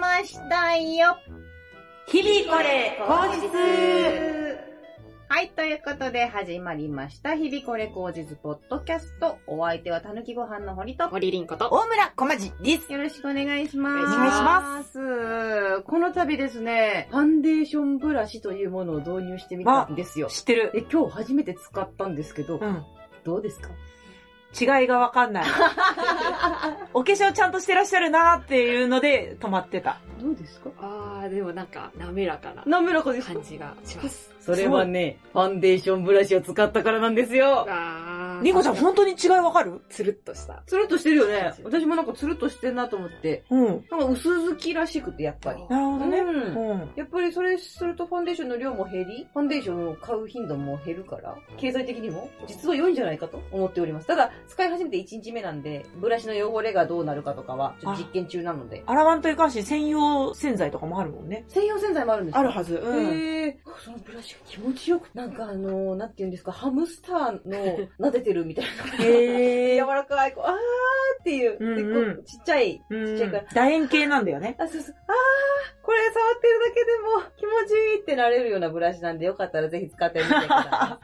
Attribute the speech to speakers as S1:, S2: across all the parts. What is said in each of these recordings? S1: ましたよ。
S2: 日々これ、後日
S1: はい、ということで始まりました。日々これ口実ポッドキャスト。お相手はたぬきご飯の堀と。
S3: 森凛子と、
S2: 大村こまじです。
S1: よろしくお願いします。。
S3: お願いし
S2: ます
S1: この度ですね、ファンデーションブラシというものを導入してみたんですよ。
S2: 知ってる。
S1: で、今日初めて使ったんですけど、
S2: うん。
S1: どうですか
S2: 違いがわか んない。お化粧ちゃんとしてらっしゃるなーっていうので止まってた。
S1: どうですか
S3: あー、でもなんか、滑らかな
S1: 滑らかで
S3: 感じがします。
S1: それはね、ファンデーションブラシを使ったからなんですよ。
S3: あー、
S2: ニコちゃん本当に違いわかる
S3: つるっとした。
S1: つるっとしてるよね。私もなんかつるっとしてんなと思って。
S2: うん。
S1: なんか薄づきらしくて、やっぱり。
S2: なるほどね。
S1: う
S2: うんん。
S1: やっぱりそれするとファンデーションの量も減り、ファンデーションを買う頻度も減るから、経済的にも実は良いんじゃないかと思っております。ただ、使い始めて1日目なんで、ブラシの汚れがどうなるかとかは、ちょっと実験中なので。
S2: 洗わんといかんし、専用洗剤とかもあるもんね。
S1: 専用洗剤もあるんですか
S2: あるはず。うん。
S1: へえ。そのブラシが気持ちよく、なんかあのー、なんて言うんですか、ハムスター の撫でてるみたいな。
S2: へ
S1: 柔
S2: ー。
S1: らかい、こう、あーっていう、
S2: うんうん
S1: でこうちっちゃい、ちっちゃいから、
S2: 楕円形なんだよね。
S1: あ、そうそう、あー、これ触ってるだけでも気持ちいいってなれるようなブラシなんで、よかったらぜひ使ってみてくだ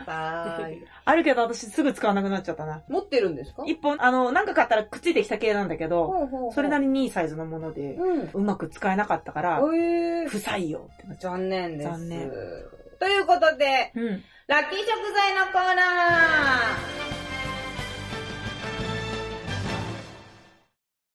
S1: さい。
S2: あるけど私すぐ使わなくなっちゃったな。
S1: 持ってるんですか
S2: 一本、あの、なんか買ったらくっついてきた系なんだけど、
S1: ほうほうほう
S2: それなりにいいサイズのもので、
S1: うん。
S2: うまく使えなかったから、
S1: おえ
S2: 不
S1: ー、
S2: 採用ってなっちゃ
S1: 残念です。
S2: 残念
S1: ということで、
S2: う。うん。
S1: ラッキー食材のコーナ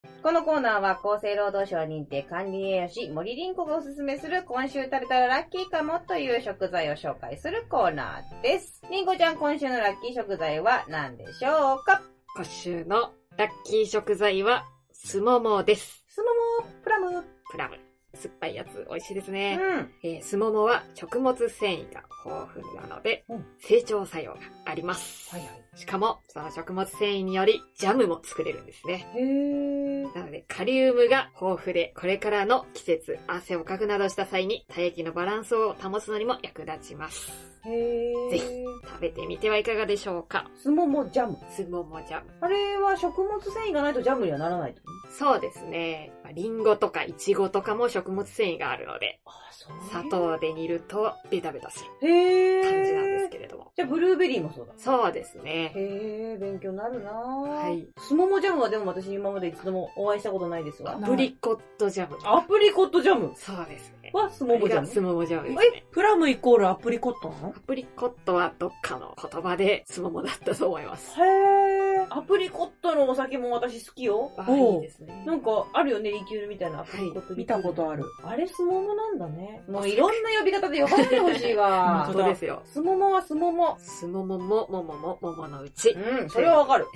S1: ーこのコーナーは厚生労働省認定管理栄養士森林子がおすすめする今週食べたらラッキーかもという食材を紹介するコーナーです。林子ちゃん今週のラッキー食材は何でしょうか
S3: 今週のラッキー食材は、すももです。
S1: すももプラム。
S3: プラム。酸っぱいやつ、美味しいです
S1: う
S3: ね。
S1: ん。
S3: えー、すももは食物繊維が豊富なので
S1: うん、
S3: 成長作用があります。
S1: い。
S3: しかも、その食物繊維により、ジャムも作れるんですね。
S1: へー。
S3: なので、カリウムが豊富で、これからの季節、汗をかくなどした際に、体液のバランスを保つのにも役立ちます。
S1: へー。
S3: ぜひ食べてみてはいかがでしょうか
S1: すももジャム。
S3: すももジャム。
S1: あれは食物繊維がないとジャムにはならないってこと
S3: そうですね。まあリンゴとかイチゴとかも食物繊維があるので、
S1: あ、そう
S3: 砂糖で煮るとベタベタする
S1: へー。
S3: 感じなんですけれども。
S1: じゃあ、ブルーベリーもそうだ。
S3: そうですね。
S1: へー、勉強になるなは
S3: はい。
S1: スモモジャムはでも私今まで一度もお会いしたことないですわ。
S3: アプリコットジャム。
S1: アプリコットジャム
S3: そうですね。
S1: はス
S3: こ
S1: モモ
S3: れ
S1: ジャ
S3: がす
S1: ム
S3: ももジャムですね。
S2: プラムイコールアプリコットなの
S3: アプリコットはどっかの言葉ですももだったと思います。
S1: へー。アプリコットのお酒も私好きよ。
S3: あ
S2: おう
S3: いいですね。
S1: なんか、あるよね、リキュールみたいなアプリコット、
S2: 見たことある。
S1: あれ、スモモなんだね。もういろんな呼び方で呼ばないでほしい
S2: 本
S1: わ
S2: 当
S3: 本
S2: だ
S3: 当ですよ。
S1: スモモはスモモ。
S3: すももも、ももも、もものうち。
S1: うん、それはわ かる。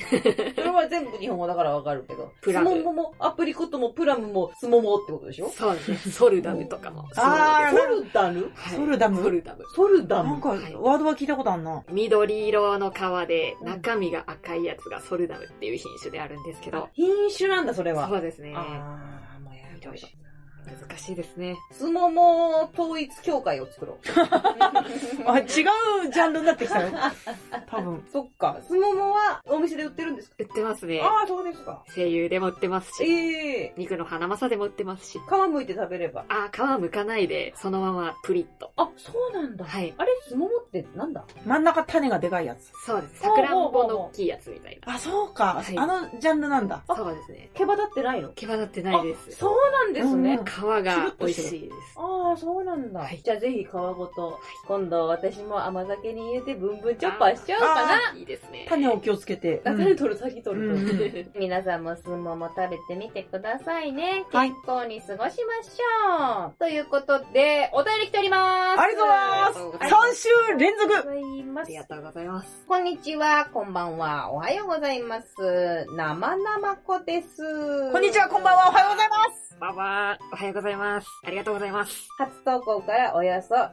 S1: それは全部日本語だからわかるけど。
S3: プラム
S1: スモモも、アプリコットも、プラムも、スモモってことでしょ
S3: そうですね。ソルダムとかも。
S2: あー
S1: ソルダル
S3: はい
S2: ソルダム
S3: ソルダム。
S1: ソルダ
S2: なん
S1: ム
S2: か、ワ
S3: はい
S2: ードは聞いたことあんな。
S3: 緑色の皮で
S1: うん
S3: 中身が赤いやつがソルダムっていう品種であるんですけど。
S1: 品種なんだ、それは。
S3: そうですね。難
S1: ああ、もうやめてほしいな。
S3: しいですね。
S1: スモモ統一協会を作 ろう。
S2: あ、違うジャンルになってきた よ。多分。
S1: そっか。スモモはお店で売ってるんですか
S3: 売ってますね。
S1: ああ、そうですか。
S3: 声優でも売ってますし、
S1: ええ
S3: 肉の花まさでも売ってますし。
S1: 皮むいて食べれば。
S3: あー、皮むかないで、そのままプリッと。
S1: あ、そうなんだ。
S3: はい。
S1: あれ、スモモってなんだ
S2: 真ん中種がでかいやつ。
S3: そうです。
S1: ほうほうほう
S3: 桜んぼの大きいやつみたいな。
S2: あ、そうか
S3: は。い
S2: あのジャンルなんだ。
S3: そうですね。
S1: 毛羽立ってないの
S3: 毛羽立ってないです。
S1: そうなんですね
S2: うん。
S3: 皮が美味しいです。
S1: ああ、そうなんだ。
S3: はい
S1: じゃあぜひ皮ごと、今度私も甘酒に入れてブンブンチョッパーしちゃおう
S2: あ
S1: かな。
S2: ー
S3: いいですね。
S2: 種を気をつけて。
S1: あ、
S2: うん
S1: 種取る、先取る。
S2: うん
S1: 皆さんもスモモ食べてみてくださいね。
S2: はい
S1: 健康に過ごしましょう。ということで、お便り来ております。
S2: ありがとうございます。3週連続
S1: ありがとうご
S3: あ
S1: ざ
S3: り
S1: いま
S3: が
S1: す。
S3: とうございます。
S1: こんにちは、こんばんは、おはようございます。生々子です。
S2: こんにちは、こんばんは、おはようございます。
S3: ばばー、おはようございます。ありがとうございます。
S1: 初投稿からおよそ1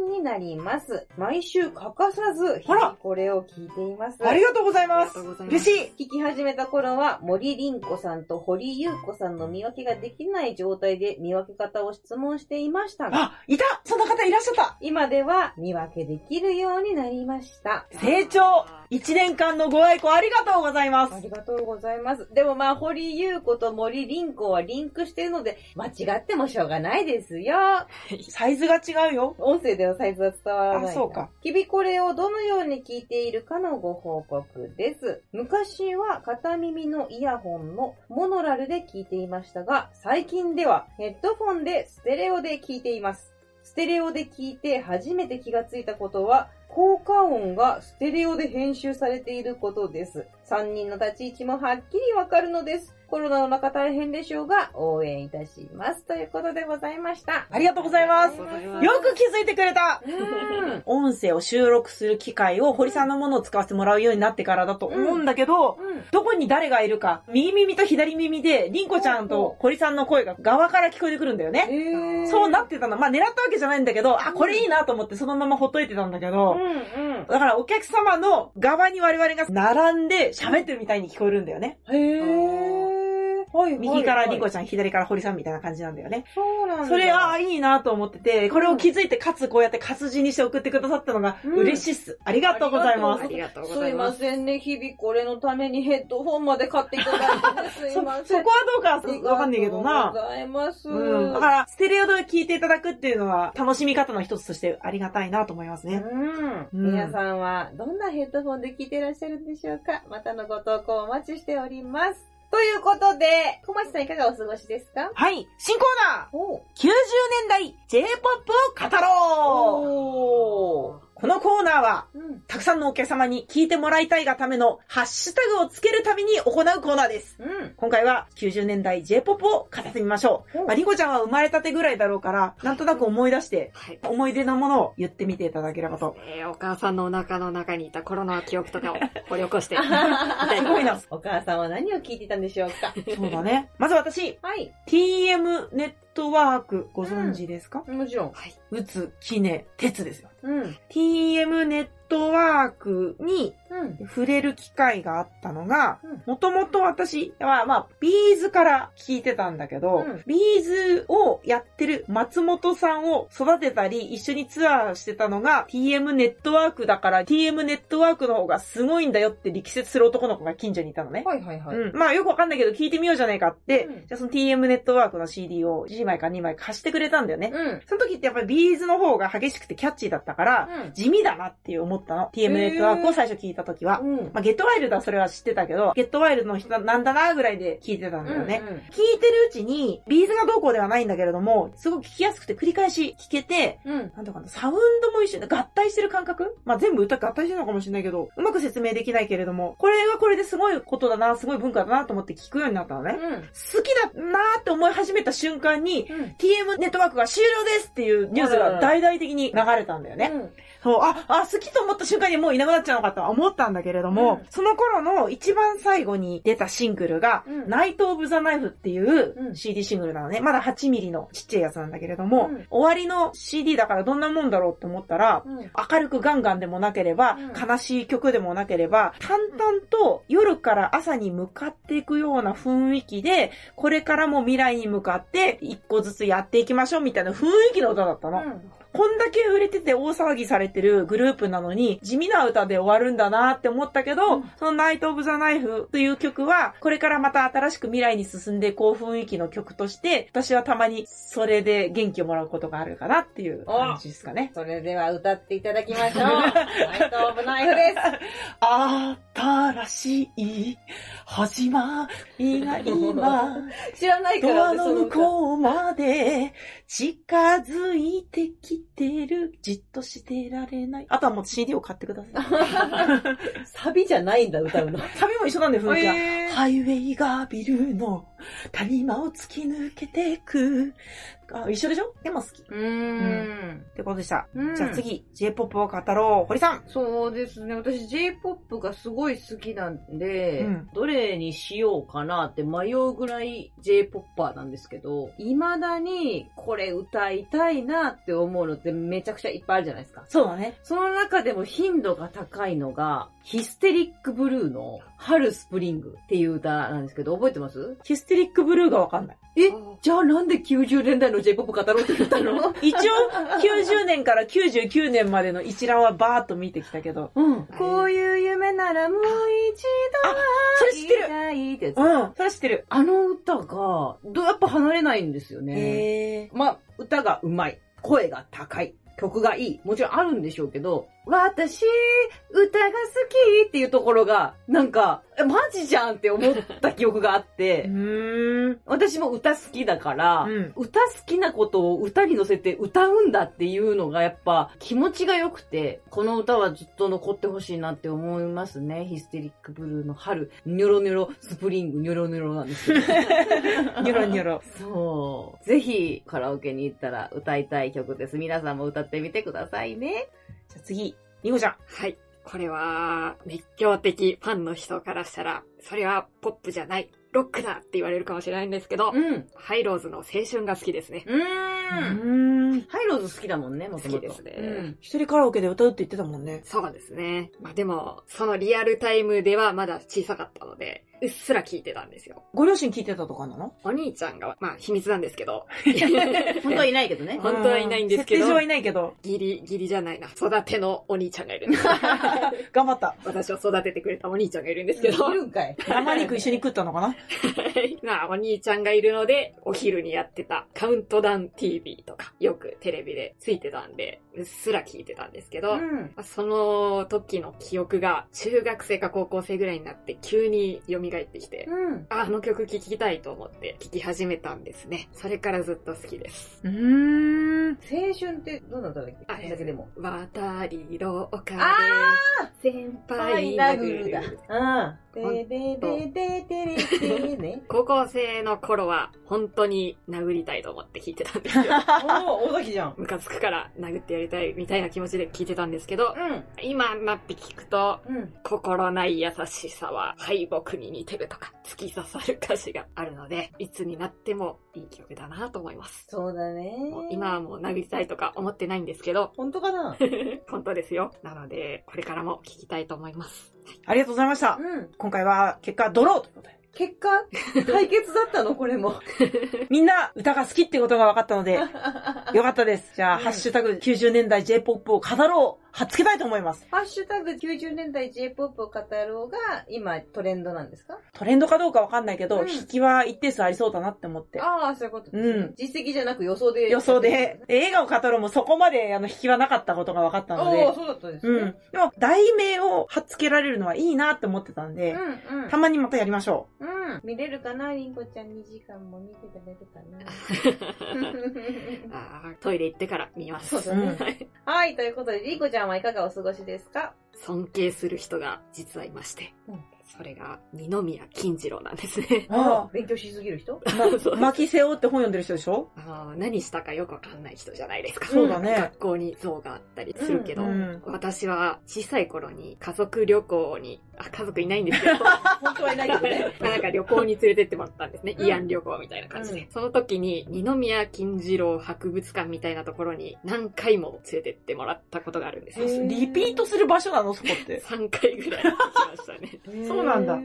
S1: 年になります。毎週欠かさず、日
S2: あら
S1: 々これを聞いています。
S2: ありがとうござい
S3: あり
S2: ま
S3: が
S2: す
S3: とう。ございます。
S2: 嬉しい。
S1: 聞き始めた頃は、森凛子さんと堀優子さんの見分けができない状態で見分け方を質問していましたが、
S2: あ、いたその方いらっしゃった
S1: 今では見分けできるようになりました。
S2: 成長一年間のご愛顧ありがとうございます
S1: ありがとうございます。でもまあ、堀優子と森凛子はリンクしてるので、間違違ってもしょうがないですよ。
S2: サイズが違うよ。
S1: 音声でのサイズは伝わらないな。
S2: あそうか。
S1: 日々これをどのように聞いているかのご報告です。昔は片耳のイヤホンのモノラルで聞いていましたが、最近ではヘッドフォンでステレオで聞いています。ステレオで聞いて初めて気がついたことは、効果音がステレオで編集されていることです。3人の立ち位置もはっきりわかるのです。コロナの中大変でしょうが、応援いたします。ということでございました。
S2: ありがとうございます。
S3: よ
S2: よく
S3: く
S2: 気づいてくれた
S1: うん
S2: 音声を収録する機会を堀さんのものを使わせてもらうようになってからだと思うんだけど、
S1: うん
S2: どこに誰がいるか、右耳と左耳で、りんこちゃんと堀さんの声が側から聞こえてくるんだよね。
S1: えー
S2: そうなってたの。まあ、狙ったわけじゃないんだけど、あ、これいいなと思ってそのままほっといてたんだけ
S1: う
S2: ど、
S1: んうん。
S2: だからお客様の側に我々が並んで喋ってるみたいに聞こえるんだよね。
S1: へー。はい、
S2: 右からりんこ
S1: ち
S2: ちゃん、左から堀さんみたいな感じなんだよね。
S1: ゃん。そうなんだ。
S2: それ、ああ、いいなと思ってて、これを気づいて、かつこうやって活字にして送ってくださったのが
S1: うん
S2: 嬉しいっす。ありがとうございま
S3: あ
S2: す。
S3: りがとうご
S1: す
S3: ざ
S1: い
S3: いま。
S1: ますせんね、日々これのためにヘッドホンまで買っていただいて、ね、す
S2: そ
S1: い
S2: そこ
S1: ま
S2: は
S1: せん。
S2: どうかわかんないけど
S1: ありが
S2: な。
S1: とうございます。
S2: うん。だから、ステレオで聞いていただくっていうのは、楽しみ方の一つとしてありがたいなと思いますね。
S1: うん、皆さんはどんなヘッドホンで聞いてらっしゃるんでしょうかまたのご投稿お待ちしております。ということで、小町さんいかがお過ごしですか
S2: はい。新コーナー
S1: おう
S2: !90 年代 J-POP を語ろう
S1: おー
S2: このコーナーは、
S1: うん。
S2: たくさんのお客様に聞いてもらいたいがためのハッシュタグをつけるために行うコーナーです。
S1: うん。
S2: 今回は90年代 J-POP を語ってみましょ
S1: うん
S2: う。まあ、リコちゃんは生まれたてぐらいだろうから、なんとなく思い出して、
S3: はい。
S2: 思い出のものを言ってみていただければと。
S3: えーお母さんのお腹の中にいた頃の記憶とかを掘り起こしていきたいと思 います。
S1: お母さんは何を聞いていたんでしょう か
S2: そうだね。まず私、
S1: はい。
S2: TM ネットワークご存知ですか、
S1: もちろん。
S3: はい。
S2: うつ、きね、てつですよ。
S1: うん。
S2: TM ネットワークに
S1: うん。
S2: 触れる機会があったのが
S1: うん、
S2: もともと私は、まあ、ビーズから聞いてたんだけど、
S1: うん
S2: ビーズをやってる松本さんを育てたり、一緒にツアーしてたのが TM ネットワークだから、TM ネットワークの方がすごいんだよって力説する男の子が近所にいたのね。
S1: はいはいはい。
S2: うん。まあよくわかんないけど聞いてみようじゃないかって、
S1: うん
S2: じゃあその TM ネットワークの CD を1枚か2枚貸してくれたんだよね。
S1: うん。
S2: その時ってやっぱりビーズの方が激しくてキャッチーだったから、地味だなっていう思ったの。TM ネットワークを最初聞いた時は。
S1: うん。うん。
S2: まあ、ゲットワイルドはそれは知ってたけど、ゲットワイルドの人なんだなぐらいで聞いてたんだよね。
S1: うんうん
S2: 聞いてるうちに、ビーズがどうこうではないんだけれども、すごく聞きやすくて繰り返し聞けて、
S1: うん。
S2: なんとかな、サウンドも一緒で合体してる感覚まあ、全部歌合体してるのかもしれないけど、うまく説明できないけれども、これはこれですごいことだな、すごい文化だなと思って聞くようになったのね。
S1: うん。
S2: 好きだなーって思い始めた瞬間に、
S1: うん。
S2: TM ネットワークが終了ですっていうニュースが大々的に流れたんだよね。そう、あ、あ、好きと思った瞬間にもういなくなっちゃうのかとは思ったんだけれども、
S1: うん
S2: その頃の一番最後に出たシングルが、
S1: うん
S2: ナイト・オブ・ザ・ナイフっていううん CD シングルなのね。まだ8ミリのちっちゃいやつなんだけれども、
S1: うん
S2: 終わりの CD だからどんなもんだろうって思ったら、
S1: うん。うん。
S2: 明るくガンガンでもなければ、
S1: うん
S2: 悲しい曲でもなければ、淡々と夜から朝に向かっていくような雰囲気で、これからも未来に向かって一個ずつやっていきましょうみたいな雰囲気の歌だったの。こんだけ売れてて大騒ぎされてるグループなのに、地味な歌で終わるんだなって思ったけど、
S1: うん
S2: そのナイト・オブ・ザ・ナイフという曲は、これからまた新しく未来に進んでいこう雰囲気の曲として、私はたまにそれで元気をもらうことがあるかなっていう感じですかね。
S1: それでは歌っていただきまし ょう。ナイト・オブ・ナイフです。
S2: 新しい始まりが今、
S1: 知らないか
S2: ド
S1: ら
S2: アの向こうまで近づいてきてる。じっとしてられない。あとはもう CD を買ってください。
S1: う。 サビじゃないんだ、歌うの。
S2: サビも一緒なんだよ、雰囲気は。
S1: え
S2: ハイウェイがビルの谷間を突き抜けてく。あ、一緒でしょでも好き。っ
S1: ー、うーん。
S2: てことでした。
S1: うん
S2: じゃあ次、J-POP を語ろう。堀さん。
S1: そうですね。私 J-POP がすごい好きなんで、
S2: うん
S1: どれにしようかなって迷うぐらい J-POPper なんですけど、未だにこれ歌いたいなって思うのってめちゃくちゃいっぱいあるじゃないですか。
S2: そうだね。
S1: その中でも頻度が高いのが、ヒステリックブルーの春スプリングっていう歌なんですけど、覚えてます
S2: ヒステリックブルーがわかんない。
S1: えじゃあなんで90年代の J-POP 語ろうって言った の
S2: 一応、90年から99年までの一覧はバーっと見てきたけど。
S1: うん。こういう夢ならもう一度。
S2: それ知ってるる
S1: 痛いってやつ。
S2: うん。それ知ってる。
S1: あの歌が、どやっぱ離れないんですよね。
S2: へえ。
S1: まあ、歌がうまい。声が高い。曲がいい。もちろんあるんでしょうけど、私、歌が好きっていうところが、なんか、えマジじゃんって思った記憶があっ
S2: う
S1: て、
S2: ーん。
S1: 私も歌好きだから、
S2: うん
S1: 歌好きなことを歌に乗せて歌うんだっていうのがやっぱ気持ちが良くて、この歌はずっと残ってほしいなって思いますね。ヒステリックブルーの春、ニョロニョロ、スプリング、ニョロニョロなんですけど。
S2: ニョロニョロ。
S1: そう。ぜひ、カラオケに行ったら歌いたい曲です。皆さんも歌ってみてくださいね。
S2: じゃあ次、ニコちゃん。
S3: はい。これは、熱狂的ファンの人からしたら、それはポップじゃない、ロックだって言われるかもしれないんですけど、
S1: うん。
S3: ハイローズの青春が好きですね。
S1: う
S2: う
S1: ーん。
S2: ーん。
S1: ハイローズ好きだもんね、もともと。
S3: 好きですね
S1: うん
S2: 一人カラオケで歌うって言ってたもんね。
S3: そうですね。まあでも、そのリアルタイムではまだ小さかったので、うっすら聞いてたんですよ。
S2: ご両親聞いてたとかなの
S3: お兄ちゃんが、まあ秘密なんですけ ど、
S1: 本当はいないけどね。
S3: 本当はいないんですけど
S2: 設定上はいないけど、
S3: ギリギリじゃないな、育てのお兄ちゃんがいるんです。
S2: 頑張った。
S3: 私を育ててくれたお兄ちゃんがいるんですけど、
S1: いるんかい。
S2: 生肉一緒に食ったのかな
S3: まあ、お兄ちゃんがいるので、お昼にやってたカウントダウン TV とか、よくテレビでついてたんで、うっすら聞いてたんですけど、
S1: う
S3: ま
S1: ん。
S3: あその時の記憶が、中学生か高校生ぐらいになって急に蘇ってきて、
S1: うん。
S3: ああの曲聴きたいと思って聴き始めたんですね。それからずっと好きです。
S2: うーん。
S1: 青春ってどんな歌だっけ
S3: あ
S1: これだけでも。
S3: 渡り廊下で
S1: あ、
S3: 先
S1: パイ
S3: 輩
S1: ナ
S3: 殴
S1: グル
S3: る。。
S1: だ。うん。でででででででね
S3: 高校生の頃は、本当に殴りたいと思って聴いてたんですよ。
S1: おお、尾崎じゃん。
S3: ムカつくから殴ってやりたいみたいな気持ちで聞いてたんですけど、
S1: う
S3: 今になって聞くと、
S1: ん。うん。
S3: 心ない優しさは敗北に似てるとか、突き刺さる歌詞があるので、いつになってもいい曲だなと思います。
S1: そうだね
S3: もう。今。はもう殴りたいとか思ってないんですけど、
S1: 本当かな
S3: 本当ですよ。なので、これからも聞きたいと思います。
S2: ありがとうございました。
S1: うん。
S2: 今回は結果ドローということで。
S1: 結果、対決だったのこれも。
S2: みんな歌が好きってことが分かったので、 よかったです。じゃあ、
S1: うん
S2: ハッシュタグ90年代 J-POP を語ろう、はっつけたいと思います。
S1: ハッシュタグ90年代 J-POP を語ろうが今トレンドなんですか
S2: トレンドかどうか分かんないけど、
S1: うん
S2: 引きは一定数ありそうだなって思って。
S1: ああ、そういうことです、
S2: うん
S1: 実績じゃなく予想で。
S2: 予想で。。で映画を語ろうもそこまであの引きはなかったことが分かったの
S1: おお、
S2: で。
S1: そうだったんです
S2: う
S1: ね。
S2: ん。でも、題名をはっつけられるのはいいなって思ってたん
S1: う
S2: で、
S1: ん、
S2: たまにまたやりましょう。
S1: うん。うん。見れるかなりんこちゃん2時間も見ていただけたな。
S3: あートイレ行ってから見ます。
S1: そうだ
S2: ね
S3: は
S1: は
S3: い
S1: い、ということで、りんこちゃんはいかがお過ごしですか
S3: 尊敬する人が実はいまして、
S1: うん
S3: それが二宮金次郎なんですね。
S2: あ
S1: 勉強しすぎる人
S2: あ、ま、巻き背負って本読んでる人でしょ
S3: あー何したかよくわかんない人じゃないですか。
S2: そうだね
S3: 学校に像があったりするけど、
S2: うんうん
S3: 私は小さい頃に家族旅行に、あ、家族いないんですけど、
S1: 本 当はいないけど ね。
S3: なんか旅行に連れてってもらったんですね。
S1: うん
S3: 慰安旅行みたいな感じで。
S1: う
S3: その時に二宮金次郎博物館みたいなところに何回も連れてってもらったことがあるんですよ。
S1: へー
S2: リピートする場所なのそこって。
S3: 3回ぐらい行きましたね。
S2: そうなんだ
S1: へ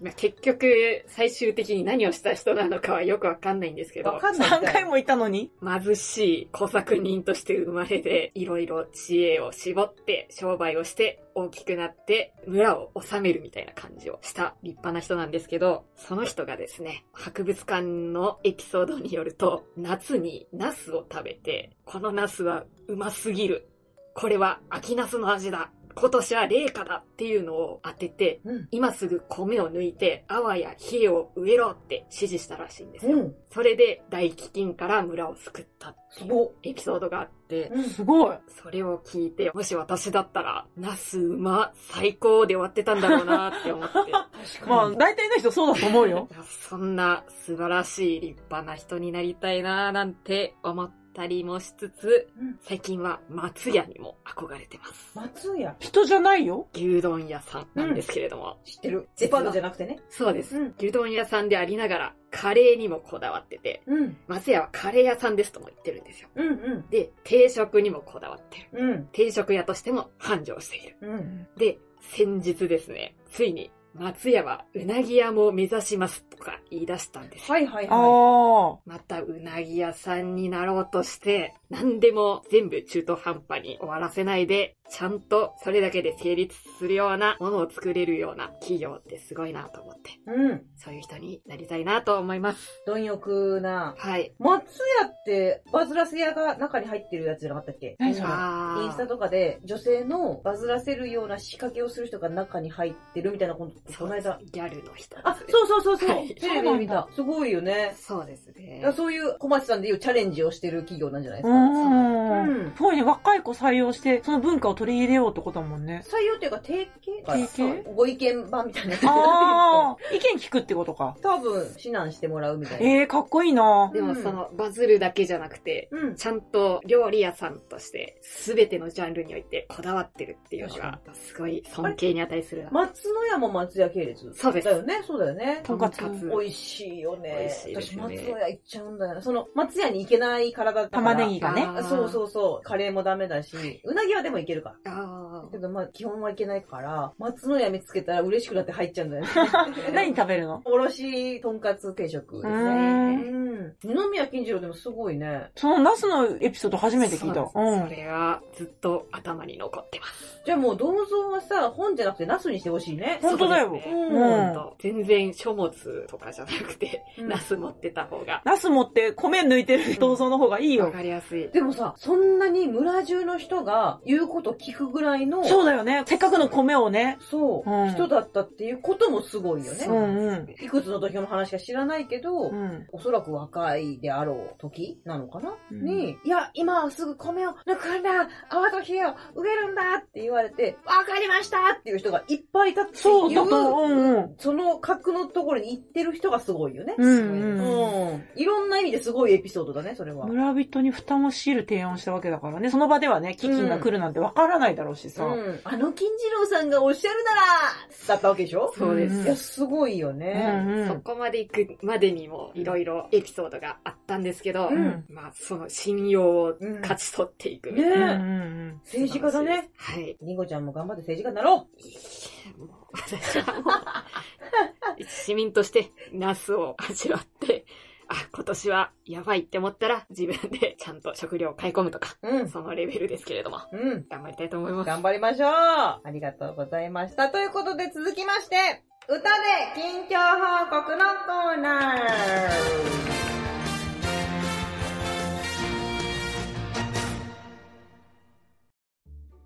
S3: まあ結局、最終的に何をした人なのかはよくわかんないんですけ
S1: ー。わ
S3: ど、
S1: かんない。
S2: 3回。も行ったのに
S3: 貧しい小作人として生まれて、いろいろ知恵を絞って、商売をして、大きくなって、村を治めるみたいな感じをした立派な人なんですけど、その人がですね、博物館のエピソードによると、夏にナスを食べて、このナスはうますぎる。これは秋ナスの味だ。今年は冷夏だっていうのを当てて、
S1: うん。
S3: 今すぐ米を抜いて、あわや肥を植えろって指示したらしいんですよ。
S1: うん。
S3: それで大飢饉から村を救ったって
S1: す
S3: いう
S1: ごっ。
S3: エピソードがあって、
S1: うん。
S2: すごい。
S3: それを聞いて、もし私だったら、ナスうま、最高で終わってたんだろうなって思って。
S1: 確
S2: ま
S1: か
S2: あ、
S1: に。
S2: 大体の人 そうだと思うよ。
S3: いやそんな素晴らしい立派な人になりたいななんて思ったりもしつつ、
S1: うん
S3: 最近は松屋にも憧れてます。
S1: 松屋。
S2: 人じゃないよ。
S3: 牛丼屋さんなんですけれども。
S1: 知ってる。
S3: 実は
S1: デパートじゃなくてね。
S3: そうです、
S1: うん
S3: 牛丼屋さんでありながら、カレーにもこだわってて、
S1: うん。
S3: 松屋はカレー屋さんですとも言ってるんですよ。
S1: うんうん。
S3: で、定食にもこだわってる。
S1: うん。
S3: 定食屋としても繁盛している。
S1: うん。
S3: で、先日ですね、ついに松屋はうなぎ屋も目指しますとか言い出したんです。
S1: はいはい
S2: あ
S1: は
S2: あ。
S3: またうなぎ屋さんになろうとして、何でも全部中途半端に終わらせないで、ちゃんとそれだけで成立するようなものを作れるような企業ってすごいなと思って、
S1: うん。
S3: そういう人になりたいなと思います。
S1: 貪欲な。
S3: はい。
S1: 松屋ってバズらせ屋が中に入ってるやつじゃなかったっけ
S2: 何それ
S3: あー
S1: インスタとかで女性のバズらせるような仕掛けをする人が中に入ってるみたいなことって
S3: そ
S1: こ
S3: う
S1: の
S3: です
S1: 間。
S3: ギャルの人
S1: あ、
S3: ですね
S1: そうそうそうそう。
S3: はい
S1: テレビで見た。すごいよね。
S3: そうです
S1: だ
S3: ね
S1: から。そういう小町さんでいうチャレンジをしてる企業なんじゃないです
S2: う
S1: か。
S2: ん。
S1: うん
S2: すごいね、若い子採用して、その文化を取り入れようってことだもんね。
S1: 採用っていうか提携
S2: 提携
S1: そうご意見版みたいな。
S2: ああ、 意見聞くってことか。
S1: 多分、指南してもらうみたいな。
S2: ええー、かっこいいな
S3: でもそのバズるだけじゃなくて、
S1: うん。
S3: ちゃんと料理屋さんとして全てのジャンルにおいてこだわってるっていうのがすごい尊敬に値するな。
S1: 松野屋も松屋系列。
S3: そうです
S1: だよね、そうだよね。
S2: とんかつ
S1: 美味しいよね。
S3: 美味しいです
S1: 私、
S3: ね
S1: 松野屋行っちゃうんだよな。その、松屋に行けない体だから。
S2: 玉ねぎがね。。
S3: あー
S1: そうそうそう。カレーもダメだし、うなぎはでもいけるから。
S3: あ
S1: だけど、まあ、基本はいけないから、松の屋見つけたら嬉しくなって入っちゃうんだよね
S2: 何食べるの
S1: おろし、とんかつ定食です
S2: う
S1: ね。う
S2: ー
S1: んん。二宮金次郎でもすごいね。
S2: そのナスのエピソード初
S3: あ。
S2: めて聞いた。
S3: そうなん
S2: う
S3: です
S2: ん。
S3: それはずっと頭に残ってます。
S1: じゃあもう銅像はさ、本じゃなくてナスにしてほしいね。
S2: 本当だよ
S3: そうですね
S1: うん
S2: うん
S3: ほんと全然書物とかじゃなくて、
S1: うん
S3: ナス持ってた方が
S2: ナス持って米抜いてる銅像の方がいい
S3: わ
S2: よ。
S3: かりやすい。
S1: でもさ、そんなに村中の人が言うこと聞くぐらいの、
S2: そうだよね。せっかくの米をね。
S1: そう、
S2: うん
S1: 人だったっていうこともすごいよね。
S2: う
S3: そ
S2: んうん。
S1: いくつの時の話か知らないけど、
S2: うん。
S1: おそらく若いであろう時なのかな、
S2: うん
S1: に、いや、今はすぐ米を抜くんだ泡と火を植えるんだって言われて、わかりましたっていう人がいっぱいいたっていう。
S2: そうだと、うんうん。
S1: その格のところに行ってる人がすごいよね。
S2: うん
S1: う
S2: うん。
S1: ん。いろんな意味ですごいエピソードだね、それは。
S2: 村人に負担を強いる提案をしたわけだからね。その場ではね、飢饉が来るなんてわからないだろうしさ。
S1: うん。あの金次郎さんがおっしゃるならだったわけでしょ
S3: そうです。
S1: いや、すごいよね。
S2: うんうん
S3: そこまで行くまでにもいろいろエピソードがあったんですけど、
S1: うん
S3: まあその信用を勝ち取っていくみたい
S1: ね
S3: な。
S2: うんうん。
S1: 政治家だね。
S3: はい。
S1: りんごちゃんも頑張って政治家になろう
S3: もう私はもう、一 市民としてナスを味わって、あ、今年はやばいって思ったら自分でちゃんと食料を買い込むとか、
S1: うん。
S3: そのレベルですけれども、
S1: うん。
S3: 頑張りたいと思います。
S1: 頑張りましょうありがとうございました。ということで続きまして、歌で近況報告のコーナー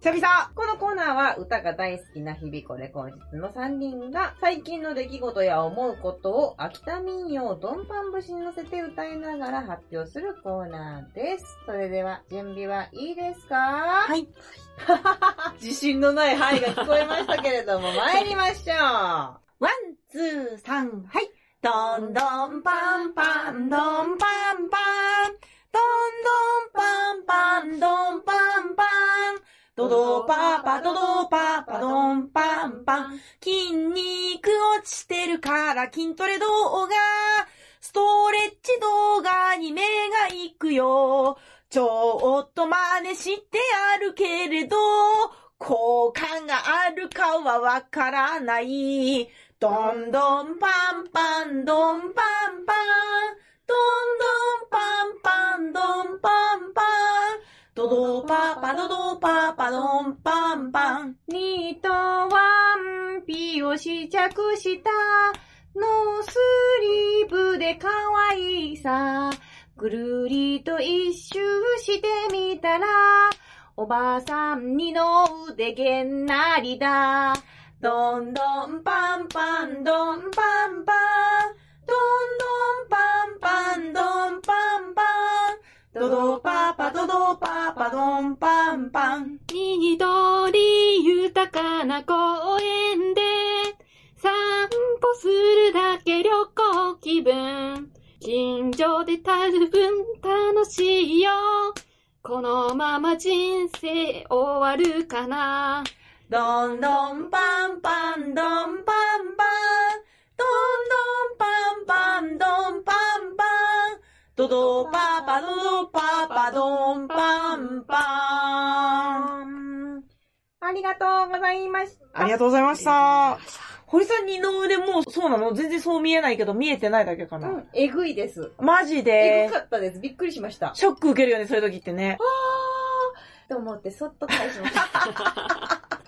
S1: 久々このコーナーは歌が大好きな日々これ今日の3人が最近の出来事や思うことを秋田民謡ドンパン節に乗せて歌いながら発表するコーナーです。それでは準備はいいですかはい自信のないはいが聞こえましたけれども、参りましょう。
S2: ワン、ツー、サン、はい。どんどんパンパン、どんパンパン。どんどんパンパン、どんパンパン。ドドパパ、ドドパパ、どんパンパン。
S1: ン。
S2: 筋肉落ちてるから筋トレ動画。ストレッチ動画に目が行くよ。ちょっと真似してあるけれど、好感があるかはわからない。どんどんパンパン、どんパンパン。どんどんパンパン、どんパンパン。ドドパパ、ドドパパ、どんパンパン。
S1: ニートワンピを試着した。ノースリーブで可愛いさ。ぐるりと一周してみたら、おばあさん二の腕げんなりだ。
S2: どんどんパンパン、どんパンパン。どんどんパンパン、どんパンパン。ドドパパ、ドドパパ、どんパンパン。
S3: 緑豊かな公園で散歩するだけ旅行気分近所で十分楽しいよこのまま人生終わるかな
S2: どんどんパンパン、どんパンパン。どんどんパンパン、どんパンパン。ドドパパ、ドドパパ、どんパンパン。
S1: ありがとうございました。
S2: ありがとうございました。堀さん二の腕もうそうなの全然そう見えないけど見えてないだけかな。
S1: うん、えぐいです。
S2: マジ
S1: え
S2: で
S1: ぐ。かったです。びっくりしました。
S2: ショック受けるよね、そういう時ってね。
S1: と思って、そっと返しました。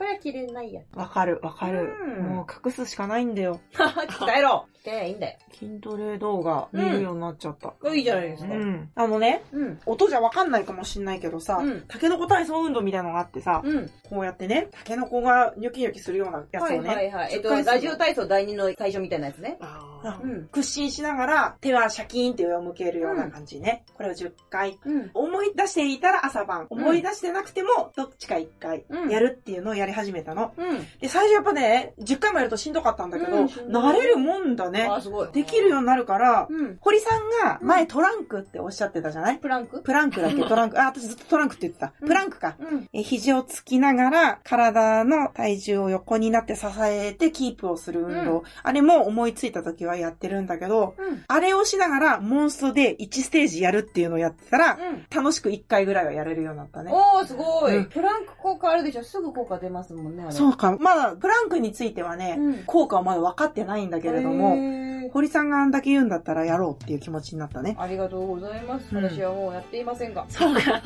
S1: これは着れないや。
S2: わかる、わかる。
S1: うん
S2: もう隠すしかないんだよ。
S1: 鍛えろ着てないいんだよ。
S2: 筋トレ動画見るようになっちゃった。
S1: いいじゃないです
S2: うん。
S1: か。
S2: あのね、
S1: うん。
S2: 音じゃわかんないかもしんないけどさ、
S1: うん
S2: タケノコ体操運動みたいのがあってさ、
S1: うん。
S2: こうやってね、タケノコがニョキニョキするようなやつを
S1: は
S2: ね、
S1: いはいはい。えっと、
S2: 10回する
S1: ラジオ体操第2の最初みたいなやつね。
S3: あ
S1: うん。
S2: 屈伸しながら手はシャキーンって上を向けるような感じね。これを10回。
S1: うん。
S2: 思い出していたら朝晩、思い出してなくてもどっちか1回
S1: うん
S2: やるっていうのをやり始めたの。
S1: うん。
S2: で、最初やっぱね、10回もやるとしんどかったんだけど、
S1: うん
S2: 慣れるもんだね
S1: あ。ー、すごい。
S2: できるようになるから、
S1: うん。
S2: 堀さんが前トランクっておっしゃってたじゃない
S1: プランク
S2: プランクだっけトランク。あ、私ずっとトランクって言ってた。
S1: うん
S2: プランクか。
S1: うん。
S2: え肘をつきながら、体の体重を横になって支えてキープをする運動。
S1: う
S2: あれも思いついた時はやってるんだけど、
S1: うん。
S2: あれをしながらモンストで1ステージやるっていうのをやってた
S1: う
S2: ら、
S1: ん。
S2: 楽しく1回ぐらいはやれるようになったね。
S1: おー、すご
S2: うん
S1: い。プランク効果あるでしょすぐ効果出ますもんね、あれ。
S2: そうか。まだ、プランクについてはね、
S1: うん
S2: 効果はまだ分かってないんだけれど
S1: へ
S2: も、
S1: ー
S2: 堀さんがあんだけ言うんだったらやろうっていう気持ちになったね。
S1: ありがとうございます。
S2: うん
S1: 私はもうやっていませんが。
S2: そうか。
S1: う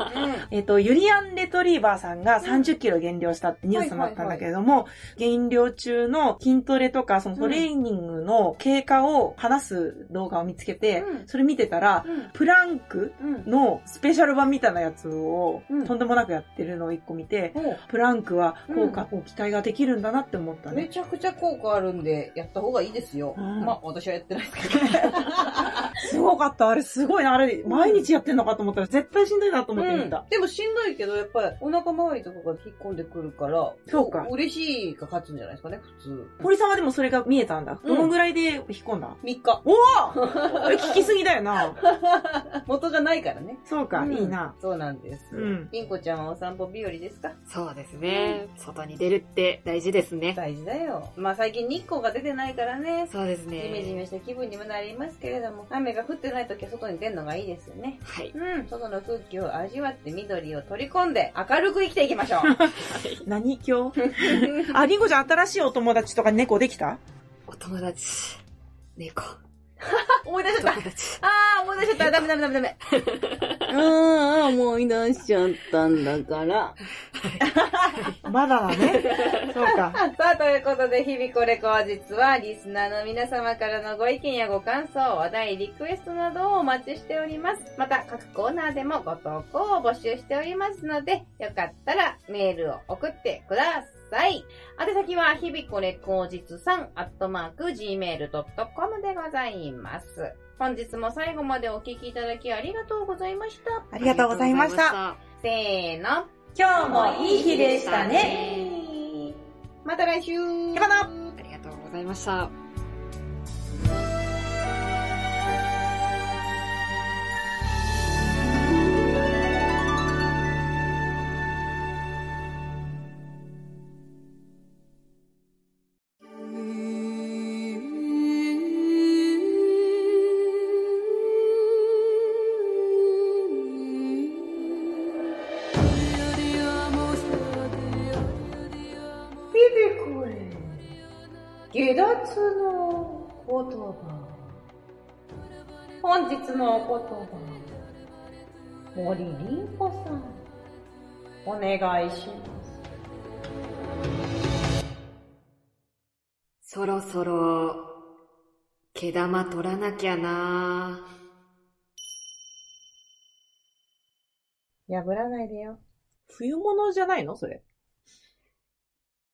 S2: えっと、ユリアン・レトリーバーさんが30キロ減量したってニュースもあったんだけれども、減量中の筋トレとか、そのトレーニングの経過を話す動画を見つけて、
S1: うん
S2: それ見てたら、
S1: ん。
S2: プランク
S1: うん。うん。
S2: のスペシャル版みたいなやつを、
S1: うん
S2: とんでもなくやってるのを一個見て、
S1: お
S2: プランクは効果を期待ができるんだなって思った
S1: め
S2: ね。
S1: ちゃくちゃ効果あるんで、やった方がいいですよ。
S2: うん
S1: まあ、私はやってないです けど。
S2: すごかった。あれすごいな。あれ、毎日やってんのかと思ったら絶対しんどいなと思って見た。
S1: でもしんどいけど、やっぱりお腹周りとかが引っ込んでくるから、
S2: そうか
S1: お嬉しいが勝つんじゃないですかね、普通。
S2: 堀さんはでもそれが見えたんだ。
S1: うん
S2: どのぐらいで引っ込んだ、
S1: 3日。
S2: おおこれ聞きすぎだよな。
S1: 元がないからね。
S2: そうか、
S1: うん
S2: いいな。。
S1: そうなんです。
S2: うん
S1: りんこちゃんはお散歩日和ですか
S3: そうですね。外に出るって大事ですね。
S1: 大事だよ。まあ最近日光が出てないからね。
S3: そうです
S1: ジ
S3: ね。
S1: メジメした気分にもなりますけれども、雨が降ってない時は外に出るのがいいですよね。
S3: はい。
S1: うん。外の空気を味わって緑を取り込んで明るく生きていきましょう。
S2: 何今日 あ、りんごちゃん新しいお友達とか猫できた
S3: お友達、猫、
S1: 思い出し
S3: お
S1: ちゃっ
S3: 友達。
S1: た。あー、思い出しちゃった。ダメダメダメダメ。
S4: ああ、もうい出しちゃったんだから。
S2: まだだね。そうか。
S1: さあ、ということで、日々これ後日は、リスナーの皆様からのご意見やご感想、話題、リクエストなどをお待ちしております。また、各コーナーでもご投稿を募集しておりますので、よかったらメールを送ってください。宛先は、日々これ後日さん、アットマーク、gmail.com でございます。本日も最後までお聞きいただきありがとうございました。
S2: ありがとうございました。
S3: あ
S1: せーの。
S2: 今
S1: 日もいい日
S3: でしたね。
S1: また来週
S2: やばな
S3: りがとうございました。
S1: 下脱の言葉。本日のお言葉。森凛子さん。お願いします。
S3: そろそろ、毛玉取らなきゃな
S1: 破らないでよ。
S2: 冬物じゃないのそれ。